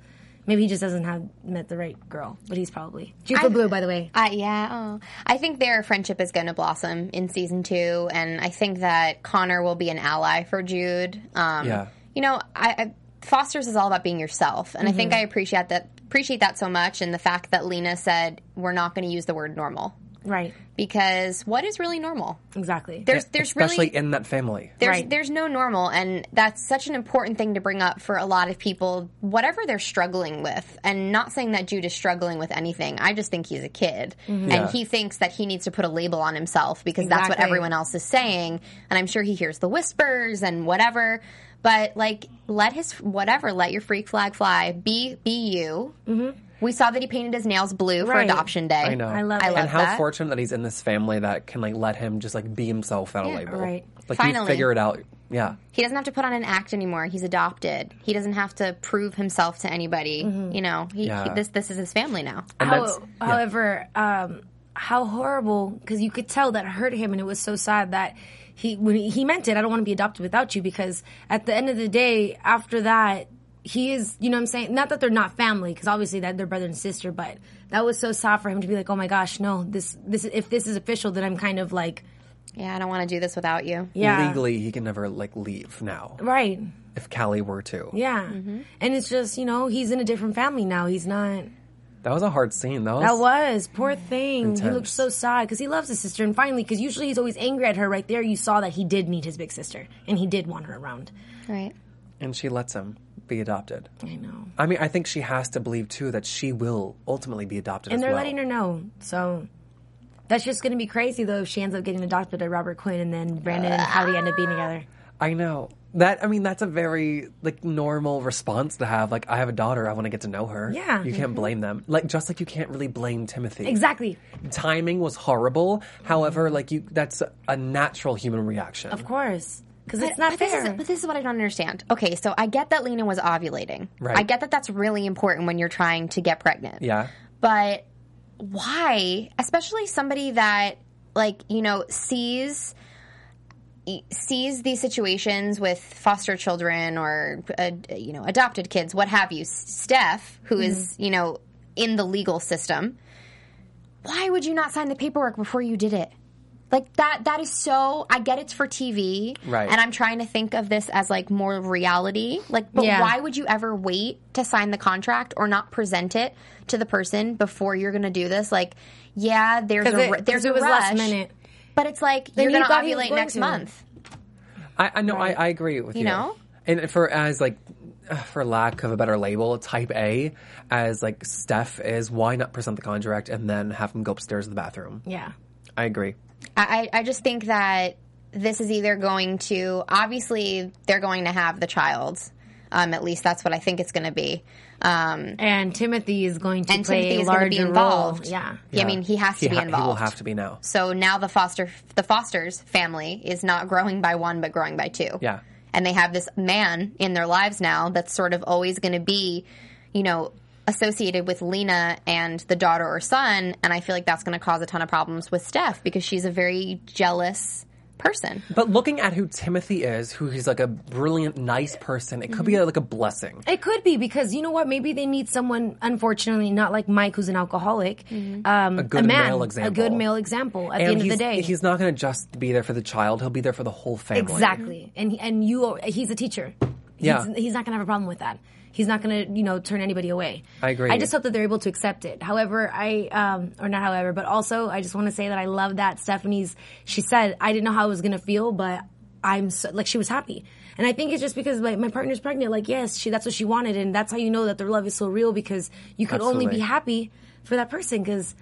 Speaker 4: maybe he just doesn't have met the right girl, but he's probably Jupa Blue, by the way.
Speaker 3: Uh, yeah, oh. I think their friendship is going to blossom in season two, and I think that Connor will be an ally for Jude. Um,
Speaker 2: Yeah.
Speaker 3: you know, I, I Foster's is all about being yourself, and I think I appreciate that appreciate that so much, and the fact that Lena said we're not going to use the word normal
Speaker 4: Right,
Speaker 3: because what is really normal?
Speaker 4: exactly.
Speaker 3: There's there's
Speaker 2: especially
Speaker 3: really
Speaker 2: in that family.
Speaker 3: there's
Speaker 4: Right.
Speaker 3: there's no normal and that's such an important thing to bring up for a lot of people whatever they're struggling with and not saying that Jude is struggling with anything I just think he's a kid
Speaker 4: Mm-hmm.
Speaker 2: Yeah.
Speaker 3: and he thinks that he needs to put a label on himself because that's what
Speaker 4: Exactly.
Speaker 3: everyone else is saying and I'm sure he hears the whispers and whatever but like let his whatever let your freak flag fly be be you we saw that he painted his nails blue for
Speaker 4: Mm-hmm. Right.
Speaker 3: adoption day
Speaker 2: I know.
Speaker 4: I love it.
Speaker 2: and how
Speaker 3: that.
Speaker 2: fortunate that he's in this family that can like let him just like be himself without a label.
Speaker 4: right.
Speaker 2: Like you
Speaker 3: Finally.
Speaker 2: figure it out. Yeah.
Speaker 3: He doesn't have to put on an act anymore. He's adopted. He doesn't have to prove himself to anybody.
Speaker 4: Mm-hmm.
Speaker 3: You know, he,
Speaker 2: Yeah.
Speaker 3: he- this this is his family now.
Speaker 2: And
Speaker 4: How,
Speaker 2: that's
Speaker 4: However, um, how horrible because you could tell that hurt him, and it was so sad that he when he, he meant it. I don't want to be adopted without you because at the end of the day, after that, he is. You know what I'm saying? Not that they're not family because obviously that they're brother and sister, but that was so sad for him to be like, oh my gosh, no, this this if this is official, then I'm kind of like
Speaker 3: Yeah, I don't want to do this without you.
Speaker 4: yeah.
Speaker 2: legally he can never like leave now.
Speaker 4: Right.
Speaker 2: If Callie were to.
Speaker 4: Yeah. And it's just, you know, he's in a different family now. He's not.
Speaker 2: That was a hard scene. That was,
Speaker 4: That was poor thing. He looked
Speaker 2: Intense.
Speaker 4: so sad because he loves his sister, and finally, because usually he's always angry at her. Right there, you saw that he did need his big sister, and he did want her around.
Speaker 3: Right.
Speaker 2: and she lets him be adopted.
Speaker 4: I know,
Speaker 2: I mean, I think she has to believe too that she will ultimately be adopted
Speaker 4: and
Speaker 2: as
Speaker 4: they're
Speaker 2: well.
Speaker 4: letting her know. So that's just going to be crazy, though. If she ends up getting adopted by Robert Quinn, and then Brandon and Hallie end up being together.
Speaker 2: I know. That I mean, that's a very like normal response to have. Like, I have a daughter, I want to get to know her.
Speaker 4: Yeah. mm-hmm.
Speaker 2: You can't blame them. Like just like you can't really blame Timothy.
Speaker 4: Exactly.
Speaker 2: Timing was horrible. However, like you that's a natural human reaction.
Speaker 4: Mm-hmm. Of course, because it's not
Speaker 3: but
Speaker 4: fair.
Speaker 3: This is, but this is what I don't understand. Okay, so I get that Lena was ovulating.
Speaker 2: Right.
Speaker 3: I get that that's really important when you're trying to get pregnant.
Speaker 2: Yeah.
Speaker 3: But why, especially somebody that like you know sees sees these situations with foster children or uh, you know adopted kids, what have you. Steph, who is you know in the legal system, why would you not sign the paperwork before you did it? Like that that is so I get it's for TV
Speaker 2: Right.
Speaker 3: and I'm trying to think of this as like more reality. Like but
Speaker 4: Yeah.
Speaker 3: why would you ever wait to sign the contract or not present it to the person before you're going to do this? Like yeah, there's a ru- there's a
Speaker 4: it was
Speaker 3: rush,
Speaker 4: last minute.
Speaker 3: but it's like you're
Speaker 4: he
Speaker 3: going to
Speaker 4: thought he was
Speaker 3: ovulate
Speaker 4: going
Speaker 3: next
Speaker 4: to.
Speaker 3: month.
Speaker 2: I, I know. I, I agree with you.
Speaker 3: know?
Speaker 2: And for as like, uh, for lack of a better label, type A, as like Steph is, why not present the contract and then have him go upstairs to the bathroom?
Speaker 4: Yeah.
Speaker 2: I agree.
Speaker 3: I, I I just think that this is either going to obviously they're going to have the child. Um, at least that's what I think it's going to be. Um,
Speaker 4: And Timothy is going to
Speaker 3: and
Speaker 4: play
Speaker 3: Timothy
Speaker 4: a
Speaker 3: is going to
Speaker 4: larger
Speaker 3: be involved.
Speaker 4: role. Yeah.
Speaker 3: I mean he has to be
Speaker 2: ha-
Speaker 3: involved.
Speaker 2: He will have to be now.
Speaker 3: So now the foster the Foster's family is not growing by one, but growing by two.
Speaker 2: Yeah.
Speaker 3: and they have this man in their lives now that's sort of always going to be, you know, associated with Lena and the daughter or son, and I feel like that's going to cause a ton of problems with Steph because she's a very jealous person.
Speaker 2: But looking at who Timothy is, who he's like a brilliant, nice person, it could be like a blessing.
Speaker 4: It could be because you know what? Maybe they need someone. Unfortunately, not like Mike, who's an alcoholic. Um, a
Speaker 2: good
Speaker 4: man,
Speaker 2: male example.
Speaker 4: A good male example. At the
Speaker 2: and
Speaker 4: end of
Speaker 2: he's,
Speaker 4: the day,
Speaker 2: he's not going to just be there for the child. He'll be there for the whole family.
Speaker 4: exactly. And he- and you, are, he's a teacher.
Speaker 2: Yeah.
Speaker 4: he's, he's not gonna have a problem with that. He's not gonna you know turn anybody away.
Speaker 2: I agree.
Speaker 4: I just hope that they're able to accept it. However, I um or not however, but also I just want to say that I love that Stephanie's. She said I didn't know how I was gonna feel, but I'm so, like she was happy. And I think it's just because like my partner's pregnant. Like yes, she that's what she wanted, and that's how you know that their love is so real because you could only
Speaker 2: Absolutely.
Speaker 4: be happy for that person because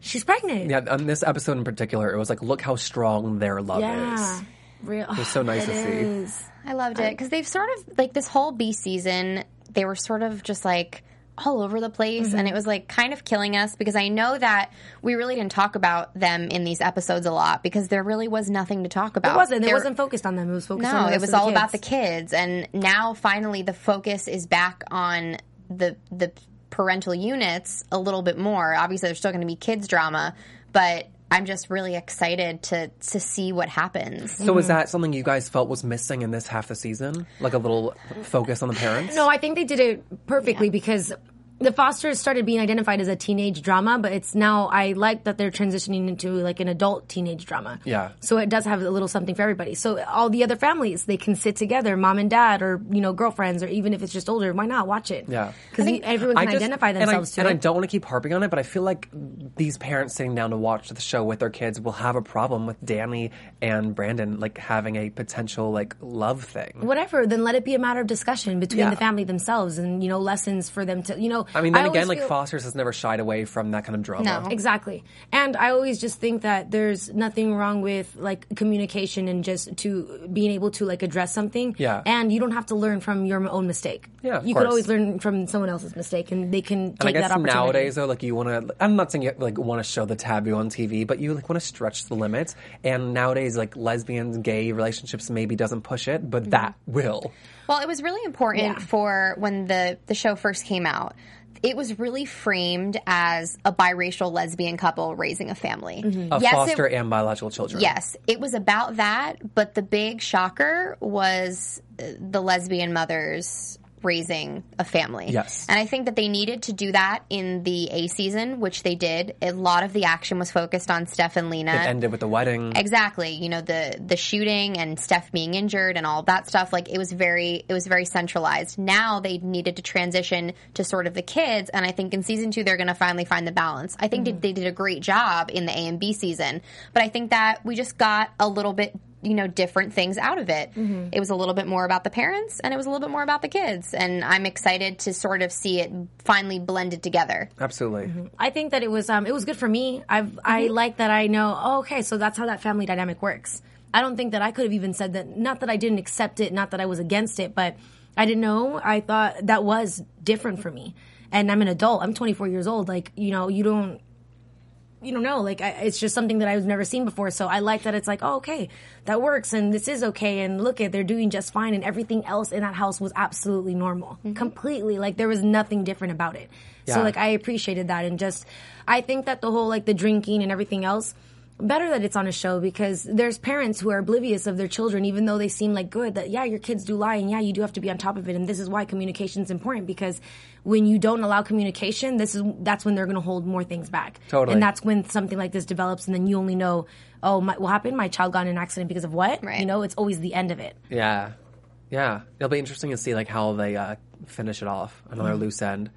Speaker 4: she's pregnant.
Speaker 2: Yeah, on this episode in particular, it was like, look how strong their love
Speaker 4: yeah,
Speaker 2: is.
Speaker 4: real.
Speaker 2: It was so nice to see.
Speaker 3: I loved it because they've sort of like this whole B season. they were sort of just like all over the place
Speaker 4: Mm-hmm.
Speaker 3: and it was like kind of killing us because I know that we really didn't talk about them in these episodes a lot because there really was nothing to talk about.
Speaker 4: It wasn't. It
Speaker 3: There-
Speaker 4: wasn't focused on them. It was focused on
Speaker 3: no, it
Speaker 4: the rest
Speaker 3: was
Speaker 4: of
Speaker 3: all about the kids,
Speaker 4: kids.
Speaker 3: and now finally the focus is back on the the parental units a little bit more. Obviously, there's still going to be kids drama, but I'm just really excited to to see what happens.
Speaker 2: So was
Speaker 4: Mm-hmm.
Speaker 2: that something you guys felt was missing in this half the season? Like a little focus on the parents?
Speaker 4: No, I think they did it perfectly because the Fosters started being identified as a teenage drama, but it's now I like that they're transitioning into like an adult teenage drama.
Speaker 2: Yeah.
Speaker 4: So it does have a little something for everybody. So all the other families they can sit together, mom and dad, or you know girlfriends, or even if it's just older, why not watch it?
Speaker 2: Yeah.
Speaker 4: Because everyone can identify themselves
Speaker 2: and I,
Speaker 4: to
Speaker 2: And I
Speaker 4: it.
Speaker 2: don't want to keep harping on it, but I feel like these parents sitting down to watch the show with their kids will have a problem with Danny and Brandon like having a potential like love thing.
Speaker 4: Whatever, then let it be a matter of discussion between
Speaker 2: Yeah.
Speaker 4: the family themselves, and you know lessons for them to you know.
Speaker 2: I mean, then
Speaker 4: always
Speaker 2: again, like
Speaker 4: feel-
Speaker 2: Foster's has never shied away from that kind of drama.
Speaker 3: No.
Speaker 4: Exactly. And I always just think that there's nothing wrong with like communication and just to being able to like address something.
Speaker 2: Yeah.
Speaker 4: And you don't have to learn from your own mistake.
Speaker 2: Yeah, of
Speaker 4: you
Speaker 2: course.
Speaker 4: could always learn from someone else's mistake and they can
Speaker 2: And I
Speaker 4: take
Speaker 2: guess
Speaker 4: that opportunity.
Speaker 2: nowadays, though, like you want to, I'm not saying you like want to show the taboo on TV, but you like want to stretch the limits. And nowadays, like lesbians, gay relationships maybe doesn't push it, but
Speaker 4: Mm-hmm.
Speaker 2: that will.
Speaker 3: Well, it was really important
Speaker 4: Yeah.
Speaker 3: for when the the show first came out. It was really framed as a biracial lesbian couple raising a family.
Speaker 2: Of
Speaker 3: Yes, it-
Speaker 2: foster and biological children.
Speaker 3: Yes, it was about that, but the big shocker was uh, the lesbian mothers raising a family.
Speaker 2: Yes.
Speaker 3: And I think that they needed to do that in the A season, which they did. A lot of the action was focused on Steph and Lena.
Speaker 2: It ended with the wedding.
Speaker 3: Exactly. You know, the the shooting and Steph being injured and all that stuff, like it was very it was very centralized. Now they needed to transition to sort of the kids and I think in season 2 they're going to finally find the balance. I think
Speaker 4: Mm-hmm.
Speaker 3: they, they did a great job in the A and B season, but I think that we just got a little bit you know different things out of it.
Speaker 4: Mm-hmm.
Speaker 3: It was a little bit more about the parents and it was a little bit more about the kids and I'm excited to sort of see it finally blended together.
Speaker 2: Absolutely.
Speaker 4: I think that it was um, it was good for me. I've I like that I know. Oh, okay, so that's how that family dynamic works. I don't think that I could have even said that. Not that I didn't accept it. Not that I was against it. But I didn't know. I thought that was different for me. And I'm an adult. I'm 24 years old. Like you know, you don't. You don't know, like I, it's just something that I've never seen before. So I like that it's like, oh, okay, that works, and this is okay, and look at they're doing just fine, and everything else in that house was absolutely normal, completely. Like there was nothing different about it. So
Speaker 2: Yeah.
Speaker 4: like I appreciated that and just I think that the whole like the drinking and everything else better that it's on a show because there's parents who are oblivious of their children even though they seem like good that yeah your kids do lie and yeah you do have to be on top of it and this is why communication is important because when you don't allow communication this is that's when they're going to hold more things back
Speaker 2: Totally.
Speaker 4: and that's when something like this develops and then you only know oh my, what happened my child got in an accident because of what
Speaker 3: Right.
Speaker 4: you know it's always the end of it
Speaker 2: Yeah, yeah. It'll be interesting to see like how they uh, finish it off. Another loose end.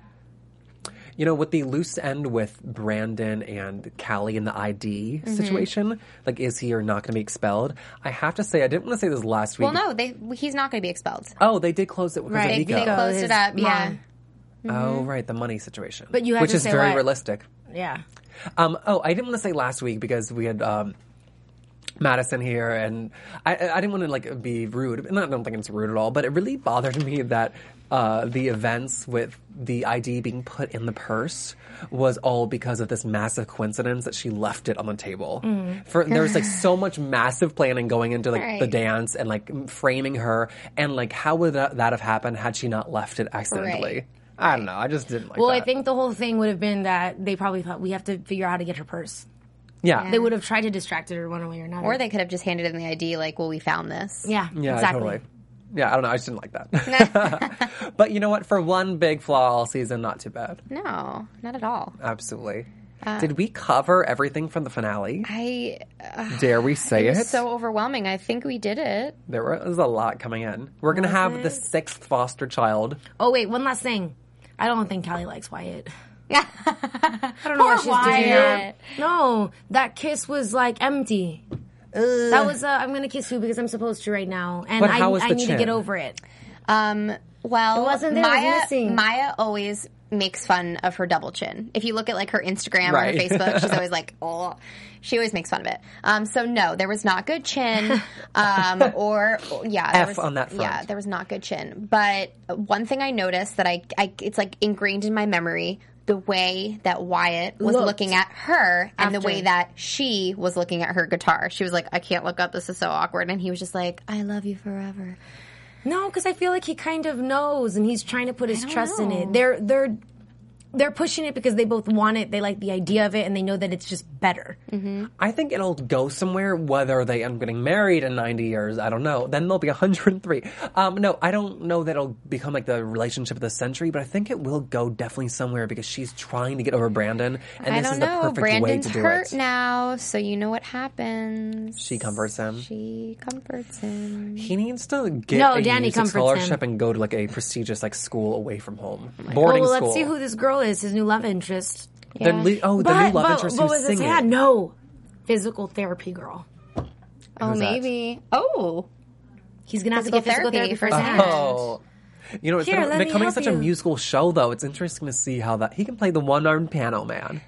Speaker 2: You know, with the loose end with Brandon and Callie and the ID situation, like is he or not going to be expelled? I have to say, I didn't want to say this last week.
Speaker 3: Well, no, they he's not going to be expelled.
Speaker 2: Oh, they did close it with
Speaker 4: Right,
Speaker 3: They,
Speaker 4: Nico.
Speaker 3: they closed
Speaker 4: His
Speaker 3: it up, yeah.
Speaker 4: mom.
Speaker 2: Oh, right, the money situation.
Speaker 4: But you had
Speaker 2: which
Speaker 4: to
Speaker 2: is
Speaker 4: say
Speaker 2: very
Speaker 4: what?
Speaker 2: realistic.
Speaker 4: yeah
Speaker 2: Um, oh, I didn't want to say last week because we had um, Madison here, and I, I I didn't want to like be rude. And I don't think it's rude at all, but it really bothered me that uh, the events with the ID being put in the purse was all because of this massive coincidence that she left it on the table.
Speaker 4: Mm.
Speaker 2: For there was like so much massive planning going into like the
Speaker 3: Right.
Speaker 2: dance and like m- framing her, and like how would that, that have happened had she not left it accidentally?
Speaker 3: Right.
Speaker 2: I don't know. I just didn't like
Speaker 4: Well,
Speaker 2: that.
Speaker 4: I think the whole thing would have been that they probably thought we have to figure out how to get her purse.
Speaker 2: yeah,
Speaker 4: They would have tried to distract her one way Mm. or another.
Speaker 3: Or they could have just handed him the ID, like, well, we found this.
Speaker 4: yeah,
Speaker 2: Yeah,
Speaker 4: exactly.
Speaker 2: totally. Yeah, I don't know. I just didn't like that. but you know what? For one big flaw all season, not too bad.
Speaker 3: No, not at all.
Speaker 2: Uh, Absolutely. Did we cover everything from the finale?
Speaker 3: I
Speaker 2: Dare we say it?
Speaker 3: it's so overwhelming. I think we did it.
Speaker 2: there was a lot coming in. We're gonna have the sixth foster child.
Speaker 4: Oh wait, one last thing. I don't think Callie likes Wyatt. I don't know why she's doing
Speaker 3: Wyatt.
Speaker 4: that. No, that kiss was like empty. that was uh, I'm gonna kiss you because I'm supposed to right now, and
Speaker 2: But how
Speaker 4: I,
Speaker 2: was
Speaker 4: I
Speaker 2: the
Speaker 4: need
Speaker 2: chin?
Speaker 4: to get over it.
Speaker 3: Um, well,
Speaker 4: It wasn't there, it was
Speaker 3: Maya,
Speaker 4: missing.
Speaker 3: Maya always makes fun of her double chin. If you look at like her Instagram
Speaker 2: Right.
Speaker 3: or her Facebook, she's always like, oh, she always makes fun of it. Um, so no, there was not good chin, um, or yeah, there
Speaker 2: F
Speaker 3: was,
Speaker 2: on that front.
Speaker 3: Yeah, there was not good chin. But one thing I noticed that I, I it's like ingrained in my memory. The way that Wyatt was
Speaker 4: Looked.
Speaker 3: looking at her and the
Speaker 4: After.
Speaker 3: way that she was looking at her guitar. She was like, I can't look up. This is so awkward. And he was just like, I love you forever.
Speaker 4: No, because I feel like he kind of knows, and he's trying to put his
Speaker 3: don't
Speaker 4: trust in
Speaker 3: know.
Speaker 4: it. They're they're they're pushing it because they both want it. They like the idea of it, and they know that it's just better.
Speaker 2: I think it'll go somewhere, whether they end up getting married in 90 years, I don't know. Then they'll be 103. Um, no, I don't know that it'll become like the relationship of the century, but I think it will go definitely somewhere because she's trying to get over Brandon, and
Speaker 3: I
Speaker 2: this
Speaker 3: don't
Speaker 2: is the
Speaker 3: know.
Speaker 2: perfect
Speaker 3: Brandon's
Speaker 2: way to do
Speaker 3: hurt
Speaker 2: it.
Speaker 3: now, so you know what happens.
Speaker 2: She comforts him.
Speaker 3: She comforts him.
Speaker 2: He needs to get
Speaker 4: No,
Speaker 2: a
Speaker 4: Danny
Speaker 2: music
Speaker 4: comforts him.
Speaker 2: scholarship and go to like a prestigious like school away from home, boarding
Speaker 4: Oh well,
Speaker 2: school.
Speaker 4: let's see who this girl is, his new love interest.
Speaker 2: The le- oh, the new love
Speaker 4: but,
Speaker 2: interest
Speaker 4: but
Speaker 2: who's
Speaker 4: was it
Speaker 2: singing.
Speaker 4: sad? No, physical therapy girl.
Speaker 3: oh,
Speaker 2: Who's that?
Speaker 3: maybe. Oh,
Speaker 4: He's gonna have to
Speaker 3: Physical
Speaker 4: get physical
Speaker 3: therapy
Speaker 4: therapy
Speaker 3: for
Speaker 4: for
Speaker 3: Zach.
Speaker 4: Zach.
Speaker 2: Oh. You know, it's
Speaker 4: Here,
Speaker 2: gonna-
Speaker 4: let me
Speaker 2: becoming
Speaker 4: help
Speaker 2: such a
Speaker 4: you.
Speaker 2: musical show, though. It's interesting to see how that he can play the one-armed piano man.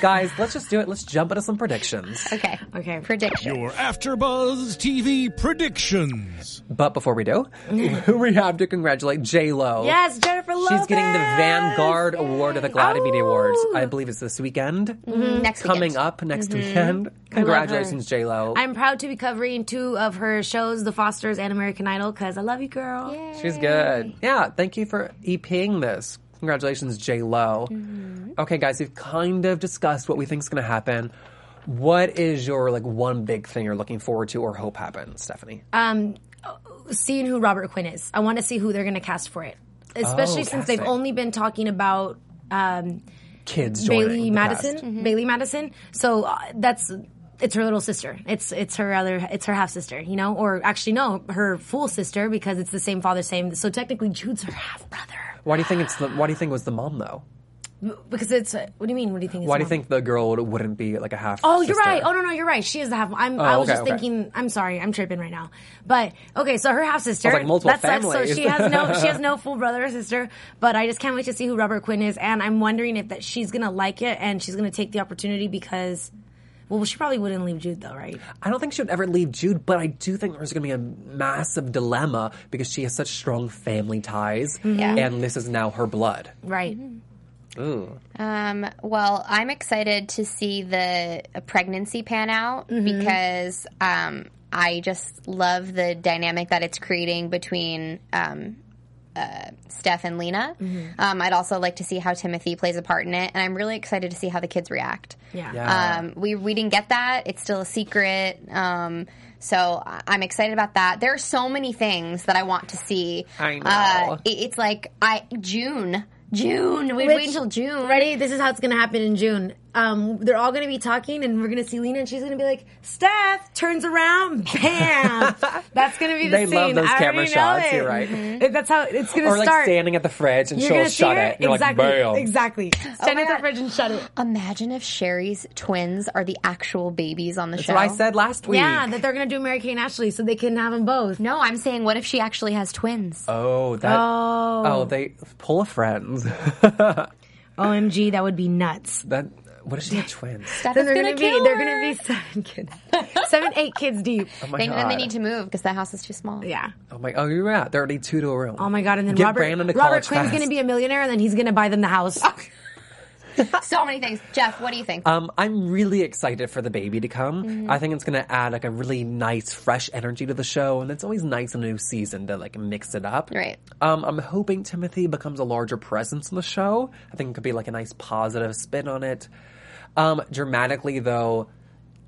Speaker 2: Guys, let's just do it. Let's jump into some predictions.
Speaker 3: okay.
Speaker 4: Okay.
Speaker 3: Prediction.
Speaker 1: Your AfterBuzz TV predictions.
Speaker 2: But before we do, we have to congratulate J Lo.
Speaker 4: Yes, Jennifer Lopez.
Speaker 2: She's getting the Vanguard Award at the Glad Media
Speaker 4: Oh.
Speaker 2: Awards. I believe it's this weekend.
Speaker 4: Mm-hmm.
Speaker 3: Next
Speaker 2: Coming
Speaker 3: weekend.
Speaker 2: up next weekend. Congratulations, J Lo.
Speaker 4: I'm proud to be covering two of her shows, The Fosters and American Idol, because I love you, girl.
Speaker 2: She's good. Yeah, thank you for EPing this. Congratulations, J Lo.
Speaker 4: Mm-hmm.
Speaker 2: Okay, guys, we've kind of discussed what we think is going to happen. What is your like one big thing you're looking forward to or hope happens, Stephanie?
Speaker 4: Uh, Seeing who Robert Quinn is, I want to see who they're gonna cast for it, especially since they've
Speaker 2: Oh, casting.
Speaker 4: only been talking about um,
Speaker 2: Kids joining
Speaker 4: Bailey
Speaker 2: the
Speaker 4: Madison.
Speaker 2: cast. Mm-hmm.
Speaker 4: Bailey Madison. So uh, that's it's her little sister. It's it's her other it's her half sister, you know, or actually no, her full sister because it's the same father, same. So technically, Jude's her half brother
Speaker 2: Why do you think it's the? Why do you think it was the mom though?
Speaker 4: because it's. uh, What do you mean? What do you think? is
Speaker 2: Why do you
Speaker 4: mom?
Speaker 2: think the girl would, wouldn't be like a half?
Speaker 4: Oh, you're right. Oh no, no, you're right. She is the half. I'm, I was
Speaker 2: Oh, okay,
Speaker 4: just
Speaker 2: okay.
Speaker 4: thinking. I'm sorry, I'm tripping right now. But okay, so her half sister.
Speaker 2: I was like, multiple
Speaker 4: that sucks. So
Speaker 2: families.
Speaker 4: she has no, she has no full brother or sister. But I just can't wait to see who Robert Quinn is, and I'm wondering if that she's gonna like it and she's gonna take the opportunity because, well, she probably wouldn't leave Jude though, right?
Speaker 2: I don't think she would ever leave Jude, but I do think there's going to be a massive dilemma because she has such strong family ties,
Speaker 4: Mm-hmm.
Speaker 3: Yeah.
Speaker 2: and this is now her blood.
Speaker 4: Right.
Speaker 3: Um, well, I'm excited to see the uh, pregnancy pan out
Speaker 2: Mm-hmm.
Speaker 3: because um, I just love the dynamic that it's creating between um, uh, Steph and Lena.
Speaker 2: Mm-hmm.
Speaker 3: Um, I'd also like to see how Timothy plays a part in it, and I'm really excited to see how the kids react.
Speaker 4: Yeah.
Speaker 2: Yeah.
Speaker 3: Um, we we didn't get that. It's still a secret. Um, so I- I'm excited about that. There are so many things that I want to see.
Speaker 2: I know.
Speaker 3: Uh, it- it's like I June, June. We
Speaker 4: Which-
Speaker 3: wait until June.
Speaker 4: Ready? This is how it's gonna happen in June. Um, they're all gonna be talking, and we're gonna see Lena, and she's gonna be like, "Steph," turns around, bam. That's gonna be the
Speaker 2: They
Speaker 4: scene.
Speaker 2: love those
Speaker 4: I already
Speaker 2: camera
Speaker 4: know
Speaker 2: shots,
Speaker 4: it.
Speaker 2: you're right.
Speaker 4: It- That's how it's gonna
Speaker 2: Or like
Speaker 4: start.
Speaker 2: standing at the fridge and
Speaker 4: You're
Speaker 2: she'll
Speaker 4: gonna see
Speaker 2: shut
Speaker 4: her
Speaker 2: it. You're
Speaker 4: exactly,
Speaker 2: like, bam.
Speaker 4: exactly. Stand
Speaker 3: my
Speaker 4: at the
Speaker 3: God.
Speaker 4: fridge and shut it.
Speaker 3: Imagine if Sherry's twins are the actual babies on the show.
Speaker 2: That's what I said last week.
Speaker 4: Yeah, that they're gonna do Mary Kate and Ashley, so they can have them both.
Speaker 3: No, I'm saying what if she actually has twins?
Speaker 2: Oh, that.
Speaker 4: Oh.
Speaker 2: Oh, they pull a friends.
Speaker 4: Omg, that would be nuts.
Speaker 2: that. What if she had twins?
Speaker 3: Steph is
Speaker 4: Then they're
Speaker 3: gonna,
Speaker 4: gonna, be
Speaker 3: kill
Speaker 4: they're
Speaker 3: her.
Speaker 4: gonna be seven kids, seven eight kids deep.
Speaker 2: Oh my
Speaker 3: They,
Speaker 2: god.
Speaker 3: then they need to move because the house is too small.
Speaker 4: Yeah.
Speaker 2: Oh my. Oh, you're right. They're already two to a room.
Speaker 4: Oh my god! And then
Speaker 2: Get
Speaker 4: Robert
Speaker 2: Brandon to
Speaker 4: Robert
Speaker 2: college
Speaker 4: Quinn's
Speaker 2: fast.
Speaker 4: gonna be a millionaire, and then he's gonna buy them the house.
Speaker 3: So many things. Jeff, what do you think?
Speaker 4: Uh,
Speaker 2: Um, I'm really excited for the baby to come. I think it's gonna add like a really nice, fresh energy to the show, and it's always nice in a new season to like mix it up.
Speaker 3: Right.
Speaker 2: Um, I'm hoping Timothy becomes a larger presence in the show. I think it could be like a nice positive spin on it. Um, dramatically though,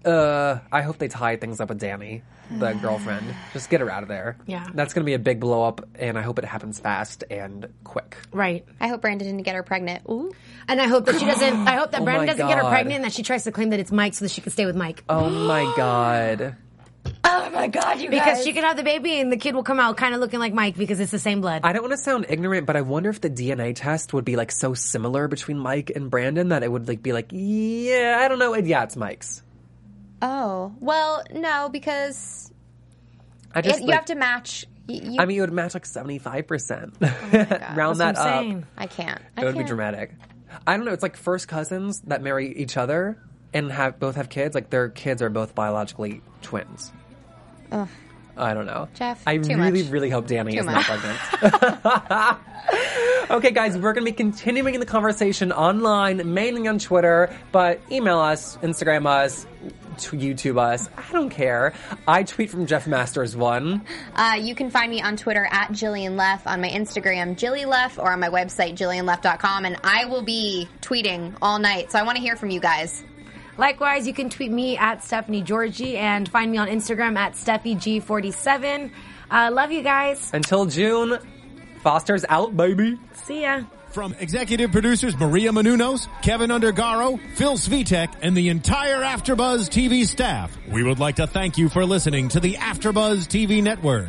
Speaker 2: uh, I hope they tie things up with Danny, the girlfriend. Just get her out of there.
Speaker 4: Yeah.
Speaker 2: That's gonna be a big blow up, and I hope it happens fast and quick.
Speaker 4: right.
Speaker 3: I hope Brandon didn't get her pregnant. Ooh.
Speaker 4: And I hope that she doesn't. I hope that
Speaker 2: Oh
Speaker 4: Brandon
Speaker 2: my
Speaker 4: doesn't get her
Speaker 2: God.
Speaker 4: pregnant, and that she tries to claim that it's Mike so that she can stay with Mike
Speaker 2: Oh my god.
Speaker 3: Oh my God, you
Speaker 4: because she could have the baby, and the kid will come out kind of looking like Mike because it's the same blood.
Speaker 2: I don't want to sound ignorant, but I wonder if the DNA test would be like so similar between Mike and Brandon that it would like be like, yeah, I don't know, yeah, it's Mike's.
Speaker 3: Oh well, no, because
Speaker 2: I just
Speaker 3: it, you
Speaker 2: like,
Speaker 3: have to match. you,
Speaker 2: I mean, it would match like 75%.
Speaker 3: Oh
Speaker 2: Round that
Speaker 4: That's what I'm
Speaker 2: up.
Speaker 4: saying.
Speaker 3: I can't. I
Speaker 2: It would be
Speaker 3: can't.
Speaker 2: dramatic. I don't know. It's like first cousins that marry each other and have both have kids. Like their kids are both biologically twins. I don't know.
Speaker 3: Jeff,
Speaker 2: I
Speaker 3: too
Speaker 2: really,
Speaker 3: much.
Speaker 2: really hope Danny
Speaker 3: Too
Speaker 2: is
Speaker 3: much.
Speaker 2: not pregnant. okay, guys, we're going to be continuing the conversation online, mainly on Twitter, but email us, Instagram us, t- YouTube us. I don't care. I tweet from Jeff Masters one.
Speaker 3: Uh, you can find me on Twitter at Jillian Leff, on my Instagram, Jilly Leff, or on my website, JillianLeff.com. And I will be tweeting all night. So I want to hear from you guys.
Speaker 4: Likewise, you can tweet me at Stephanie Georgie and find me on Instagram at SteffiG47. Uh, love you guys.
Speaker 2: Until June, Foster's out, baby.
Speaker 4: See ya.
Speaker 1: From executive producers Maria Manunos, Kevin Undergaro, Phil Svitek, and the entire Afterbuzz TV staff, we would like to thank you for listening to the Afterbuzz TV network.